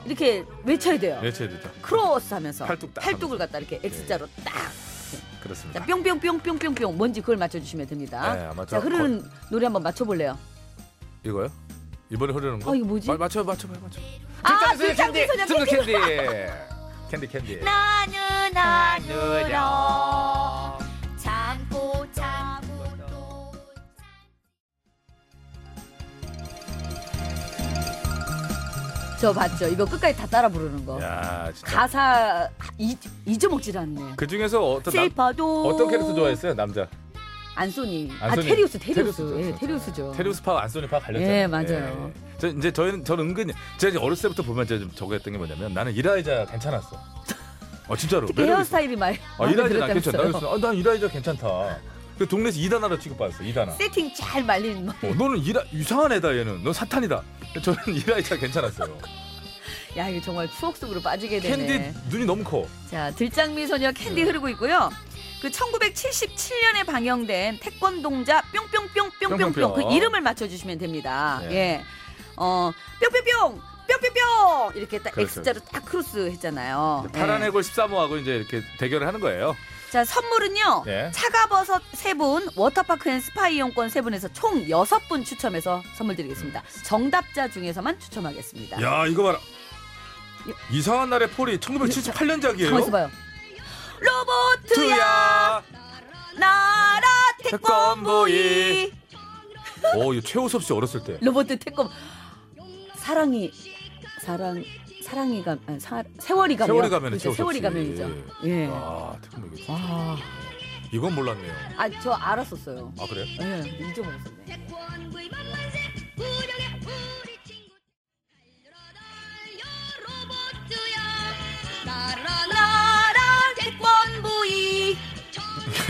이렇게 외쳐야 돼요. 네, 제대다. 크로스 하면서 팔뚝 딱 예. 을 갖다 이렇게 X자로 딱. 자, 그렇습니다. 뿅뿅뿅뿅뿅뿅 뭔지 그걸 맞춰 주시면 됩니다. 네, 아마 자, 저 흐르는 노래 한번 맞춰 볼래요. 이거요? 이번에 흐르는 거? 어, 이거 뭐지? 마- 맞춰 맞춰 봐요, 맞춰. 아, 불장기 소녀 승도 캔디. 캔디 캔디. 나는 나누려 참고 참고 또 저 봤죠. 이거 끝까지 다 따라 부르는 거. 야, 진짜. 가사 잊, 잊어먹질 않네. 그 중에서 어떤 남, 셀파도 어떤 캐릭터 좋아했어요, 남자? 안소니. 아, 안소니. 테리우스, 테리우스. 테리우스죠, 예, 진짜. 테리우스죠. 테리우스파와 안소니파 갈렸잖아요. 예, 맞아요. 저 이제 저희는 저는 은근히 제가 이제 어렸을 때부터 보면 제가 좀 저거 했던 게 뭐냐면 나는 이라이자 괜찮았어. 어 진짜로. 특히 매력 있어. 헤어스타일이 말. 아 이라이자 나 괜찮다. 들었다면서요. 그래서 아, 난 이라이자 괜찮다. 그 동네에서 이단아로 취급받았어. 이단아. 세팅 잘 말린 뭐. 어, 너는 이라 이상한 애다 얘는. 너 사탄이다. 저는 이라이자 괜찮았어요. 야, 이거 정말 추억 속으로 빠지게 되네. 캔디 눈이 너무 커. 자, 들장미 소녀 캔디 흐르고 있고요. 그 1977년에 방영된 태권동자 뿅뿅뿅뿅뿅뿅 그 뿅뿅뿅. 이름을 맞춰주시면 됩니다. 네. 예, 어 뿅뿅뿅 뿅뿅뿅 이렇게 딱 그렇죠. X자로 딱 크로스 어, 했잖아요. 파란 네. 예. 해골 13호하고 이제 이렇게 대결을 하는 거예요. 자 선물은요. 네. 예. 차가버섯 세분 워터파크 앤 스파 이용권 세분에서총 여섯 분 추첨해서 선물 드리겠습니다. 정답자 중에서만 추첨하겠습니다. 야 이거 봐라. 이상한 날의 폴이 1978년작이에요. 예. 가만있어 봐요. 로보트야 나라 태권보이 오, 이거 최호섭 씨 어렸을 때. 로버트 태권 사랑이 사랑 사랑이 가 아니, 사, 세월이 가면 세월이 가면은 그죠? 세월이 최우섭 씨. 가면이죠. 예. 아, 태권도 이거 진짜. 와. 이건 몰랐네요. 아 저 알았었어요. 아, 그래요? 예. 잊어먹었었네.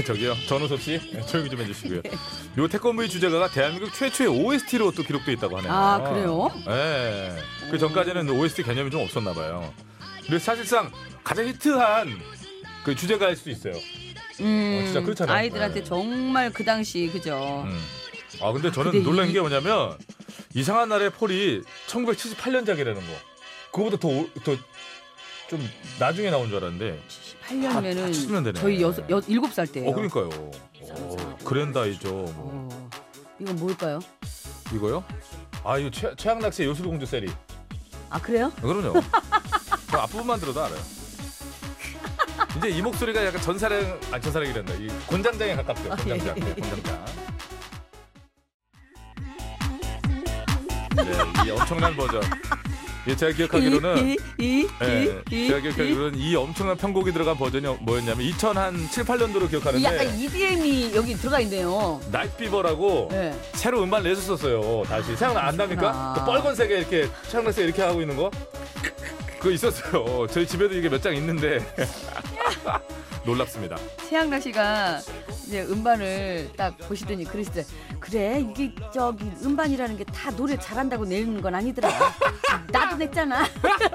저기요. 전호섭 씨, 네, 조용히 좀 해주시고요. 요 태권브이 주제가가 대한민국 최초의 OST로 또 기록돼 있다고 하네요. 아, 그래요? 예. 그 전까지는 OST 개념이 좀 없었나 봐요. 근데 사실상 가장 히트한 그 주제가일 수도 있어요. 음. 어, 진짜 그렇잖아요. 아이들한테 네. 정말 그 당시 그죠. 음. 아 근데 근데 저는 이- 놀란 게 뭐냐면 이상한 날의 폴이 1978년작이라는 거. 그거보다 더더좀 나중에 나온 줄 알았는데. 8년이면은 다- 다 치면 되네. 저희 여섯 여 일곱 살 때예요. 어 그러니까요. 어, 그랜다이죠. 뭐. 어, 이건 뭘까요? 이거요? 아 이거 최, 최악 낚시 요술공주 세리. 아 그래요? 그럼요. 저 앞부분만 들어도 알아요. 이제 이 목소리가 약간 전사랑 아 전사랑이란다. 이 곤장장에 가깝대요. 곤장장. 네, 곤장장. 네, 이 엄청난 버전. 예, 제가 기억하기로는 예, 제가 기억하기로는 이 엄청난 편곡이 들어간 버전이 뭐였냐면 2000한 7, 8년도로 이 약간 기억하는데 EDM이 여기 들어가 있네요. 나이피버라고 네. 새로 음반 내줬었어요. 다시 생각나 안 납니까? 그렇구나. 그 빨간색에 이렇게 샤랑라스 이렇게 하고 있는 거? 그거 있었어요. 저희 집에도 이게 몇 장 있는데 놀랍습니다. 최양락 씨가 이제 음반을 딱 보시더니 그러시대. 그래 이게 저기 음반이라는 게 다 노래 잘한다고 내는 건 아니더라. 나도 냈잖아.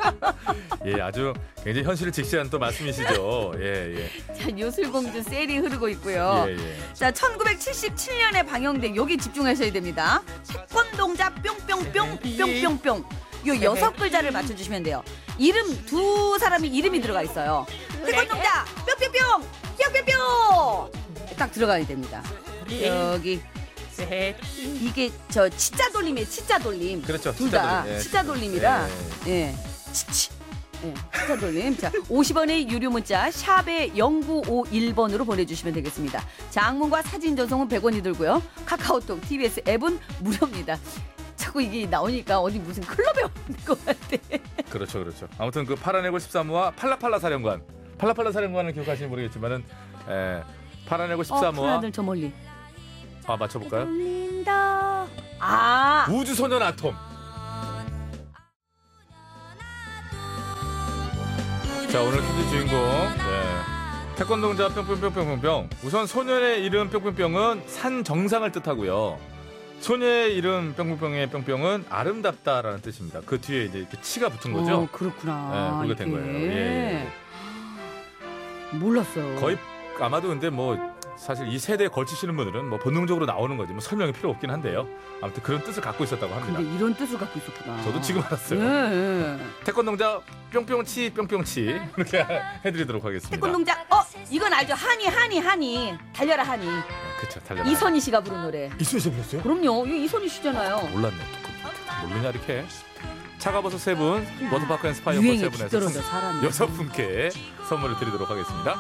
예, 아주 굉장히 현실을 직시한 또 말씀이시죠. 예, 예, 자, 요술공주 셀이 흐르고 어. 있고요. 예, 예. 자, 1977년에 방영된 여기 집중하셔야 됩니다. 태권동자 뿅뿅뿅 뿅뿅뿅. 요 여섯 글자를 맞춰 주시면 돼요. 이름 두 사람이 이름이 들어가 있어요. 태권동자 뿅뿅뿅 뿅뿅뿅. 딱 들어가야 됩니다. 예. 여기 이게 저 치자 돌림이에요. 치자 돌림. 그렇죠. 둘 다 진짜로, 예. 치자 돌림이라 예. 치치. 예. 치자 돌림. 자, 50원의 유료 문자 샵에 0951번으로 보내 주시면 되겠습니다. 장문과 사진 전송은 100원이 들고요. 카카오톡, TBS 앱은 무료입니다. 자꾸 이게 나오니까 어디 무슨 클럽에 왔는 것 같아. 그렇죠, 그렇죠. 아무튼 그 파란 해골 13호와 팔라팔라 사령관, 팔라팔라 사령관을 기억하시는지 모르겠지만은 예, 파란 해골 어, 13호와 푸른아들 저 멀리. 아 맞춰볼까요? 돌린다. 아. 우주소년 아톰. 아 자 오늘 퀴즈 주인공 네. 태권도자 뿅뿅뿅뿅뿅 우선 소년의 이름 뿅뿅뿅은 산 정상을 뜻하고요 소녀의 이름 뿅뿅뿅의 뿅뿅은 아름답다라는 뜻입니다 그 뒤에 이제 이렇게 치가 붙은 거죠 음. 어, 그렇구나. 네, 그렇게 된 이게. 거예요. 예, 몰랐어요. 거의 아마도 근데 뭐 사실 이 세대에 걸치시는 분들은 뭐 본능적으로 나오는 거지 뭐 설명이 필요 없긴 한데요 아무튼 그런 뜻을 갖고 있었다고 합니다 근데 이런 뜻을 갖고 있었구나. 저도 지금 알았어요 예, 예. 태권동자 뿅뿅치 뿅뿅치 이렇게 해드리도록 하겠습니다 네, 태권동작 어 이건 알죠 하니 하니 하니 달려라 하니 그쵸 달려라 이선희 씨가 부른 노래 이순이 씨 불렀어요? 그럼요 이거 이선희 씨잖아요 몰랐네. 모르냐 이렇게. 차가버섯 세 분, 음. 워터파크 앤 스파 연세 유행에 분에서 뒤떨어져 사람이. 여섯 분께 선물을 드리도록 하겠습니다.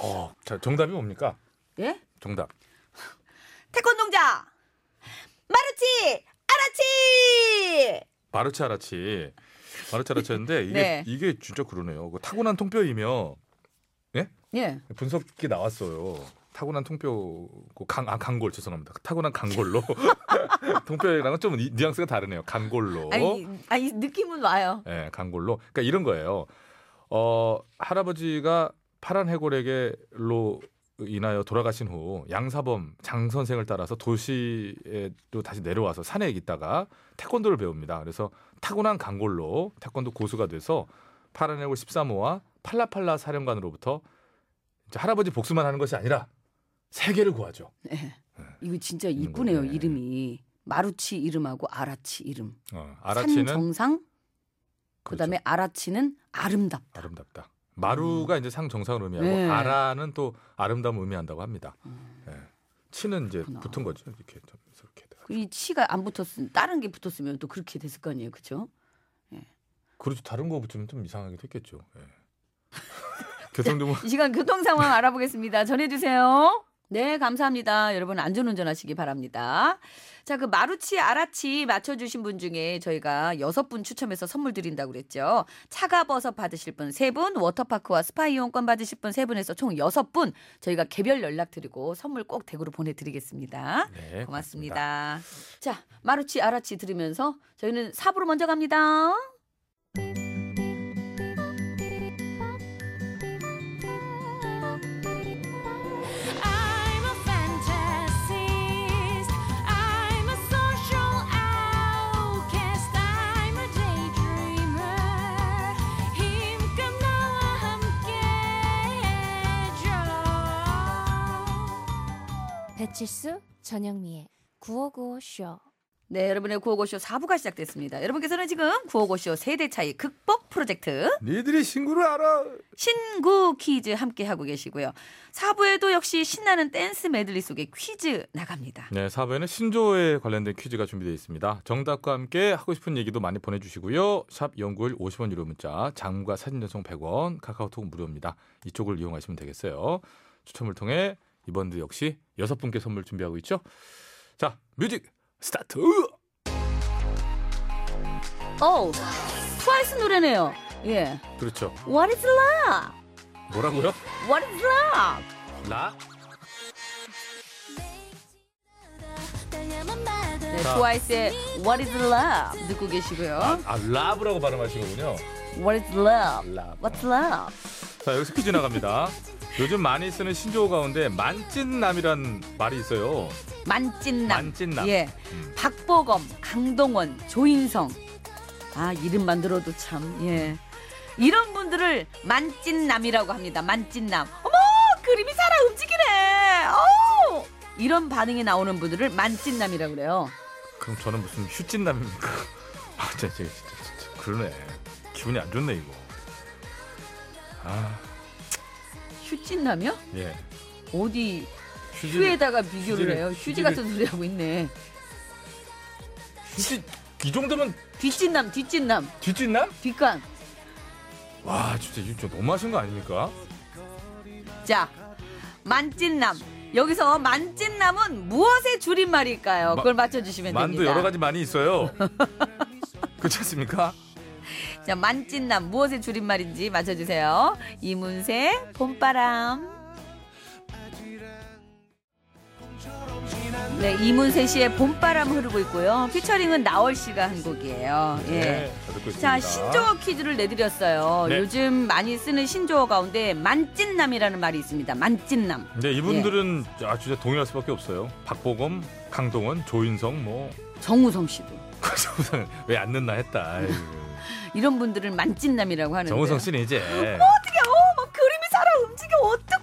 어, 자, 정답이 뭡니까? 예? 정답. 태권동작 마르치 아라치 바르차라치. 바르차라치였는데 이게 네. 이게 진짜 그러네요. 그 타고난 통뼈이며 예. 분석기 나왔어요. 타고난 통뼈 그 강, 아, 강골 죄송합니다. 타고난 강골로 통뼈랑은 좀 이- 뉘앙스가 다르네요. 강골로. 아니 아니 느낌은 와요 예, 강골로. 그러니까 이런 거예요. 어, 할아버지가 파란 해골에게로 인하여 돌아가신 후 양사범 장 선생을 따라서 도시에 또 다시 내려와서 산에 있다가 태권도를 배웁니다. 그래서 타고난 강골로 태권도 고수가 돼서 파란 해골 13호와 팔라팔라 사령관으로부터 이제 할아버지 복수만 하는 것이 아니라 세계를 구하죠. 예. 이거 진짜 예. 있는 이쁘네요 거네. 이름이 마루치 이름하고 아라치 이름. 어, 산 아라치는 그렇죠. 정상 그다음에 아라치는 아름답다. 아름답다. 마루가 이제 상 정상을 의미하고 네. 아라는 또 아름다움을 의미한다고 합니다. 음. 예. 치는 이제 그렇구나. 붙은 거죠. 이렇게 좀 이렇게. 돼가지고. 이 치가 안 붙었으면 다른 게 붙었으면 또 그렇게 됐을 거 아니에요, 그렇죠? 그렇죠. 다른 거 붙으면 좀 이상하기도 했겠죠. 예. 교통정보 이 시간 교통 상황 알아보겠습니다 전해주세요 네 감사합니다 여러분 안전운전 하시기 바랍니다 자 그 마루치 아라치 맞춰주신 분 중에 저희가 여섯 분 추첨해서 선물 드린다고 그랬죠 차가버섯 받으실 분 세 분 워터파크와 스파 이용권 받으실 분 세 분에서 총 여섯 분 저희가 개별 연락드리고 선물 꼭 댁으로 보내드리겠습니다 네, 고맙습니다. 자, 마루치 아라치 들으면서 저희는 4부로 먼저 갑니다. I'm a fantasist. I'm a social outcast. I'm a daydreamer. 힘껏나와 함께해줘. 배칠수 전영미의 9595쇼. 네, 여러분의 구호고쇼 4부가 시작됐습니다. 여러분께서는 지금 구호고쇼 세대 차이 극복 프로젝트 니들이 신구를 알아. 신구 퀴즈 함께 하고 계시고요. 4부에도 역시 신나는 댄스 메들리 속에 퀴즈 나갑니다. 네, 사부에는 신조어에 관련된 퀴즈가 준비되어 있습니다. 정답과 함께 하고 싶은 얘기도 많이 보내주시고요. 샵 연구일 50원 유료 문자, 장무가 사진 전송 100원, 카카오톡 무료입니다. 이쪽을 이용하시면 되겠어요. 추첨을 통해 이번도 역시 여섯 분께 선물 준비하고 있죠. 자, 뮤직 스타트. 오, Oh, 트와이스 노래네요. 예. 그렇죠. What is love? 뭐라고요? What is love? 라. 네, 트와이스의 What is love 듣고 계시고요. 아, 라브라고 발음하시는군요. What is love? 라. What's love? 자, 여기서 퀴즈 나갑니다. 요즘 많이 쓰는 신조어 가운데 만찢남이란 말이 있어요. 만찢남. 만찢남. 예. 박보검, 강동원, 조인성. 아, 이름만 들어도 참. 예. 이런 분들을 만찢남이라고 합니다. 만찢남. 어머, 그림이 살아 움직이네. 어! 이런 반응이 나오는 분들을 만찢남이라고 그래요. 그럼 저는 무슨 휴진남입니까? 아 진짜, 진짜, 진짜, 진짜 그러네. 기분이 안 좋네 이거. 아 휴찢남이요? 예. 어디 휴지, 휴에다가 비교를 휴지를- 해요? 휴지 휴지를- 같은 소리 하고 있네. 휴지 이 정도면 뒷찢남, 뒷찢남, 뒷진남? 뒷간. 와 진짜 이거 좀 너무하신 거 아닙니까? 자, 만찢남. 여기서 만찢남은 무엇의 줄임말일까요? 마- 그걸 맞춰주시면 만두 네, 됩니다. 여러 가지 많이 있어요. 그렇지 않습니까? 자, 만찢남 무엇의 줄임말인지 맞춰주세요. 이문세 봄바람. 처럼 지난 네, 이문세 씨의 봄바람 흐르고 있고요. 피처링은 나월 씨가 한 곡이에요. 예. 잘 듣고 자, 있습니다. 신조어 퀴즈를 내드렸어요. 네. 요즘 많이 쓰는 신조어 가운데 만찢남이라는 말이 있습니다. 만찢남. 근데 이분들은 예. 아 진짜 동일할 수밖에 없어요. 박보검, 강동원, 조인성 뭐 정우성 씨도. 왜안 넣나 했다. 아이고. 이런 분들을 만찢남이라고 하는데. 정우성 씨는 이제 어떻게 어, 막 그림이 살아 움직여 어떡해.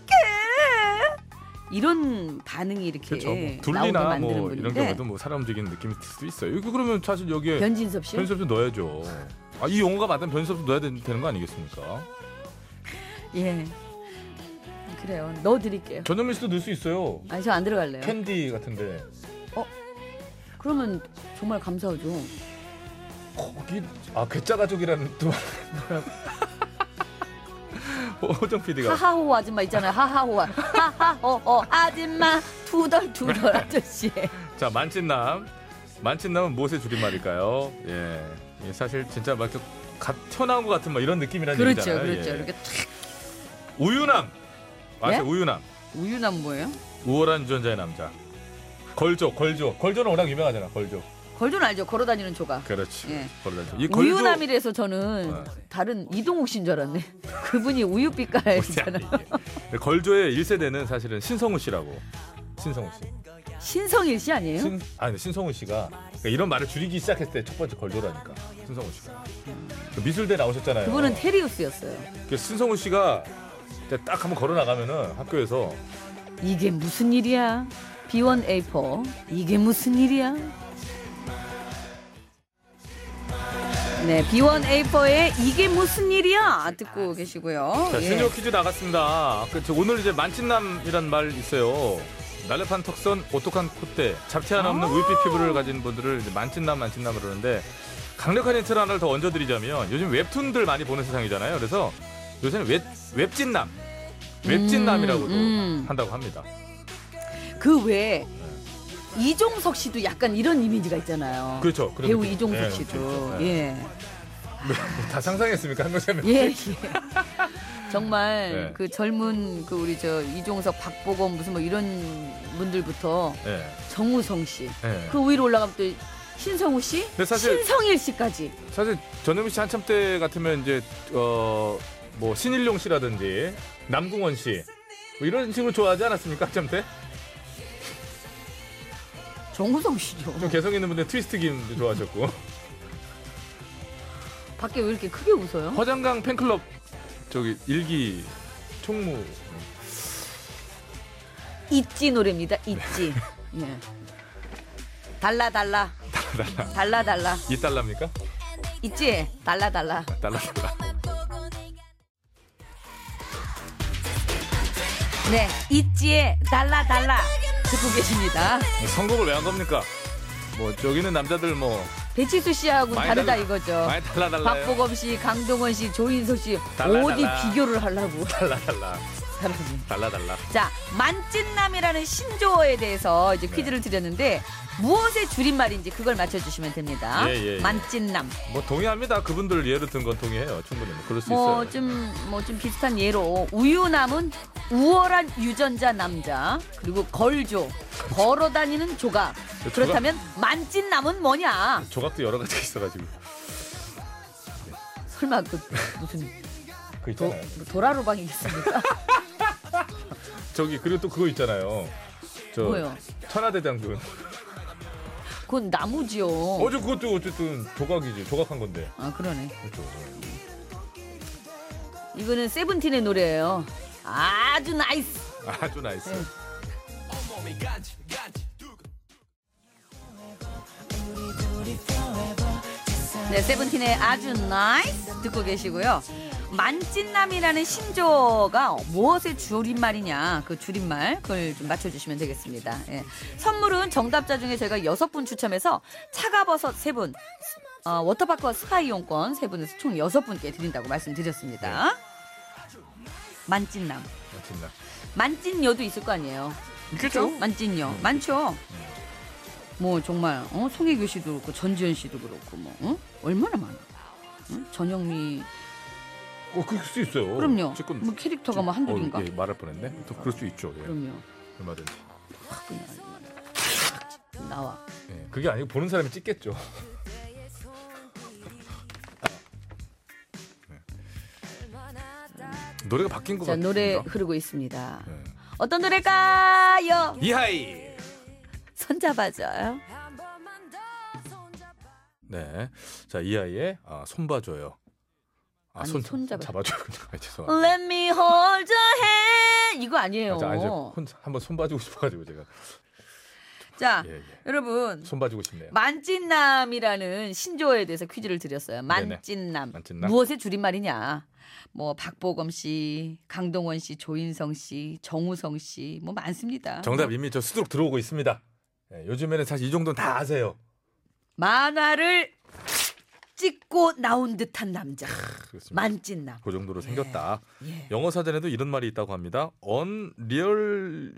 이런 반응이 이렇게 그렇죠. 뭐 예. 나오게 둘리나 만드는 뭐 분인데 이런 경우에도 뭐 사람 움직이는 느낌이 들 수도 있어요. 이거 그러면 사실 여기에 변진섭 씨. 변수도 넣어야죠. 아, 이 용어가 맞다면 변수도 넣어야 되- 되는 거 아니겠습니까? 예. 그래요. 넣어 드릴게요. 전현민 씨도 넣을 수 있어요. 아니 저 안 들어갈래요. 캔디 같은데 그러면 정말 감사하죠. 거기 아 괴짜 가족이라는 또 호정 PD가 하하호 아줌마 있잖아요. 하하호 아- 하하호호 어, 아줌마 투덜투덜 아저씨. 자 만찢남 만찢남은 무엇의 줄임말일까요? 예, 예, 사실 진짜 막 이렇게 갓 튀어나온 것 같은 막 이런 느낌이라는 그렇죠, 얘기잖아요. 그렇죠. 예. 이렇게 탁 우유남 아세요? 예? 우유남 우유남 뭐예요? 우월한 유전자의 남자 걸조 걸조 걸조는 워낙 유명하잖아 걸조 걸조는 알죠. 걸어다니는 조각. 그렇지 예. 걸조 이 걸조 우유남이라서 저는 어. 다른 이동욱 씨인 줄 알았네. 그분이 우유 빛깔이잖아. 이게. 걸조의 1세대는 사실은 신성우 씨라고 신성우 씨 네? 신성일 씨 아니에요? 신, 아니 신성우 씨가 그러니까 이런 말을 줄이기 시작했을 때 첫 번째 걸조라니까 신성우 씨가 그 미술대 나오셨잖아요 그분은 테리우스였어요. 그 신성우 씨가 이제 딱 한번 걸어 나가면은 학교에서 이게 무슨 일이야? B1A4 이게 무슨 일이야? 네, B1A4의 이게 무슨 일이야 듣고 계시고요. 자, 예. 신조 퀴즈 나갔습니다. 그, 저 오늘 이제 만찢남이란 말 있어요. 날렵한 턱선, 오똑한 콧대, 잡티 하나 아. 없는 우유빛 피부를 가진 분들을 이제 만찢남, 만찢남 그러는데 강력한 힌트를 하나를 더 얹어드리자면 요즘 웹툰들 많이 보는 세상이잖아요. 그래서 요새는 웹, 웹찐남, 웹찐남이라고도 음. 한다고 합니다. 그 외에 이종석 씨도 약간 이런 이미지가 있잖아요. 그렇죠. 그런 배우 느낌. 이종석 예, 씨도 그렇죠. 예. 다 상상했습니까? 한 거잖아요. 예. 예. 그렇죠. 예. 정말 예. 그 젊은 그 우리 저 이종석, 박보검 무슨 뭐 이런 분들부터 예. 정우성 씨. 예. 그 위로 올라가면 또 신성우 씨, 근데 사실- 신성일 씨까지. 사실 전현미 씨 한참 때 같으면 이제 어 뭐 신일용 씨라든지 남궁원 씨. 뭐 이런 식으로 좋아하지 않았습니까? 한참 때? 정우성 씨죠. 좀 개성 있는 분들 트위스트 김도 좋아하셨고. 밖에 왜 이렇게 크게 웃어요? 허장강 팬클럽 저기 일기 총무. 있지 노래입니다. 있지. 네. 예. 달라 달라. 달라 달라. 이달랍니까 아, 있지. 달라 달라. 달라달라. 네. 있지에 달라 달라. 듣고 계십니다. 선곡을 왜 한 겁니까? 뭐 저기는 남자들 뭐 배치수 씨하고 많이 다르다 달라- 이거죠. 많이 달라달라요. 박보검 씨, 강동원 씨, 조인석 씨 달라, 어디 달라. 비교를 하려고 달라달라. 사람이. 달라달라. 자, 만찢남이라는 신조어에 대해서 이제 퀴즈를 네. 드렸는데 무엇의 줄임말인지 그걸 맞춰주시면 됩니다. 예, 예, 예. 만찢남. 뭐 동의합니다. 그분들 예로 든 건 동의해요. 충분히. 뭐 그럴 수 뭐 있어요. 좀 뭐 좀 비슷한 예로 우유남은 우월한 유전자 남자 그리고 걸조 걸어다니는 조각 조각? 그렇다면 만찢남은 뭐냐 조각도 여러 가지가 있어가지고. 설마 그 무슨 그 도, 있잖아요. 도라로방이겠습니까 저기 그리고 또 그거 있잖아요. 저 뭐요 어. 천하대장군. 그건 나무지요 어제 그것도 어쨌든 조각이지. 조각한 건데. 아 그러네 그렇죠. 이거는 세븐틴의 노래예요 아주 나이스 아주 나이스. 네, 세븐틴의 아주 나이스 듣고 계시고요. 만찢남이라는 신조어가 무엇의 줄임말이냐, 그 줄임말, 그걸 좀 맞춰주시면 되겠습니다. 예. 선물은 정답자 중에 저희가 여섯 분 추첨해서 차가버섯 세 분, 어, 워터파크와 스파 이용권 세 분에서 총 여섯 분께 드린다고 말씀드렸습니다. 네. 만찢남. 맞습니다. 만찢녀도 있을 거 아니에요. 그렇죠? 만찢녀. 음. 많죠? 뭐 정말 어? 송혜교 씨도 그렇고 전지현 씨도 그렇고 뭐 어? 얼마나 많아. 응? 전영미 어, 그럴 수 있어요. 어, 그럼요. 지금 뭐 캐릭터가 뭐 예, 한둘인가. 어, 예, 말할 뻔했네. 또 그럴 수 있죠. 예. 그럼요. 얼마든지. 나와. 예, 그게 아니고 보는 사람이 찍겠죠. 네. 노래가 바뀐 것 자뭐 같아요. 노래 흐르고 있습니다. 네. 어떤 노래일까요? 예. 이하이. 손잡아줘요. 네. 자, 이하이의 아, 손 봐줘요. 아, 아니, 손, 손 네. 잡아- 잡아줘요. 아, 죄송합니다. Let me hold your hand. 이거 아니에요. 아, 자, 아니, 저 혼- 한번 손 봐주고 싶어가지고 제가. 자 예, 예. 여러분 손 봐주고 싶네요. 만찢남이라는 신조어에 대해서 퀴즈를 드렸어요. 만찢남. 만찢남. 무엇의 줄임말이냐? 뭐 박보검 씨, 강동원 씨, 조인성 씨, 정우성 씨 뭐 많습니다. 정답 이미 저 수두룩 들어오고 있습니다. 예, 요즘에는 사실 이 정도는 다 아세요. 만화를 찍고 나온 듯한 남자. 그렇습니다. 만찢남. 그 정도로 생겼다. 예. 영어 사전에도 이런 말이 있다고 합니다. unreal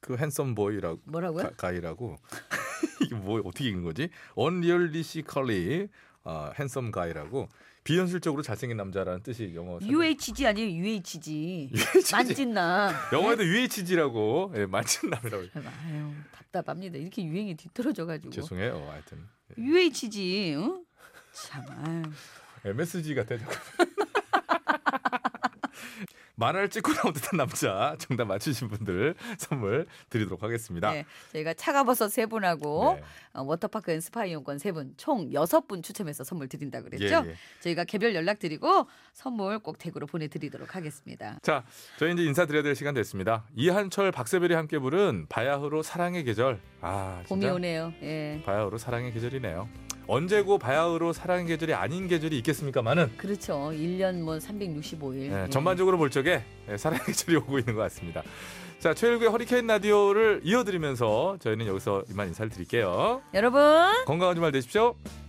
그 핸섬 보이라고 뭐라고요? 가- 가이라고 이게 뭐 어떻게 읽는 거지? unrealistically 어, handsome guy라고 비현실적으로 잘생긴 남자라는 뜻이 영어 사전. UHG 아니에요 UHG. UHG. 만찢남. 영어에도 UHG라고 예, 맞은 남이라고 어? 아유 답답합니다. 이렇게 유행이 뒤떨어져가지고. 죄송해요. 어, 하여튼 UHG. 응? 참. 아유. MSG 같아. 자꾸. 만화를 찍고 나온 듯한 남자 정답 맞히신 분들 선물 드리도록 하겠습니다. 네, 저희가 차가버섯 세 분하고 네. 어, 워터파크 앤 스파 이용권 세 분, 총 여섯 분 추첨해서 선물 드린다 그랬죠? 예, 예. 저희가 개별 연락 드리고 선물 꼭 댁으로 보내드리도록 하겠습니다. 자, 저희 이제 인사드려야 될 시간 됐습니다. 이한철, 박세별이 함께 부른 바야흐로 사랑의 계절. 아, 봄이 진짜 오네요. 예, 바야흐로 사랑의 계절이네요. 언제고 바야흐로 사랑의 계절이 아닌 계절이 있겠습니까마는 그렇죠. 1년 뭐 365일. 예, 전반적으로 볼 적에 예, 사랑의 계절이 오고 있는 것 같습니다. 자, 최일구의 허리케인 라디오를 이어드리면서 저희는 여기서 이만 인사를 드릴게요. 여러분. 건강한 주말 되십시오.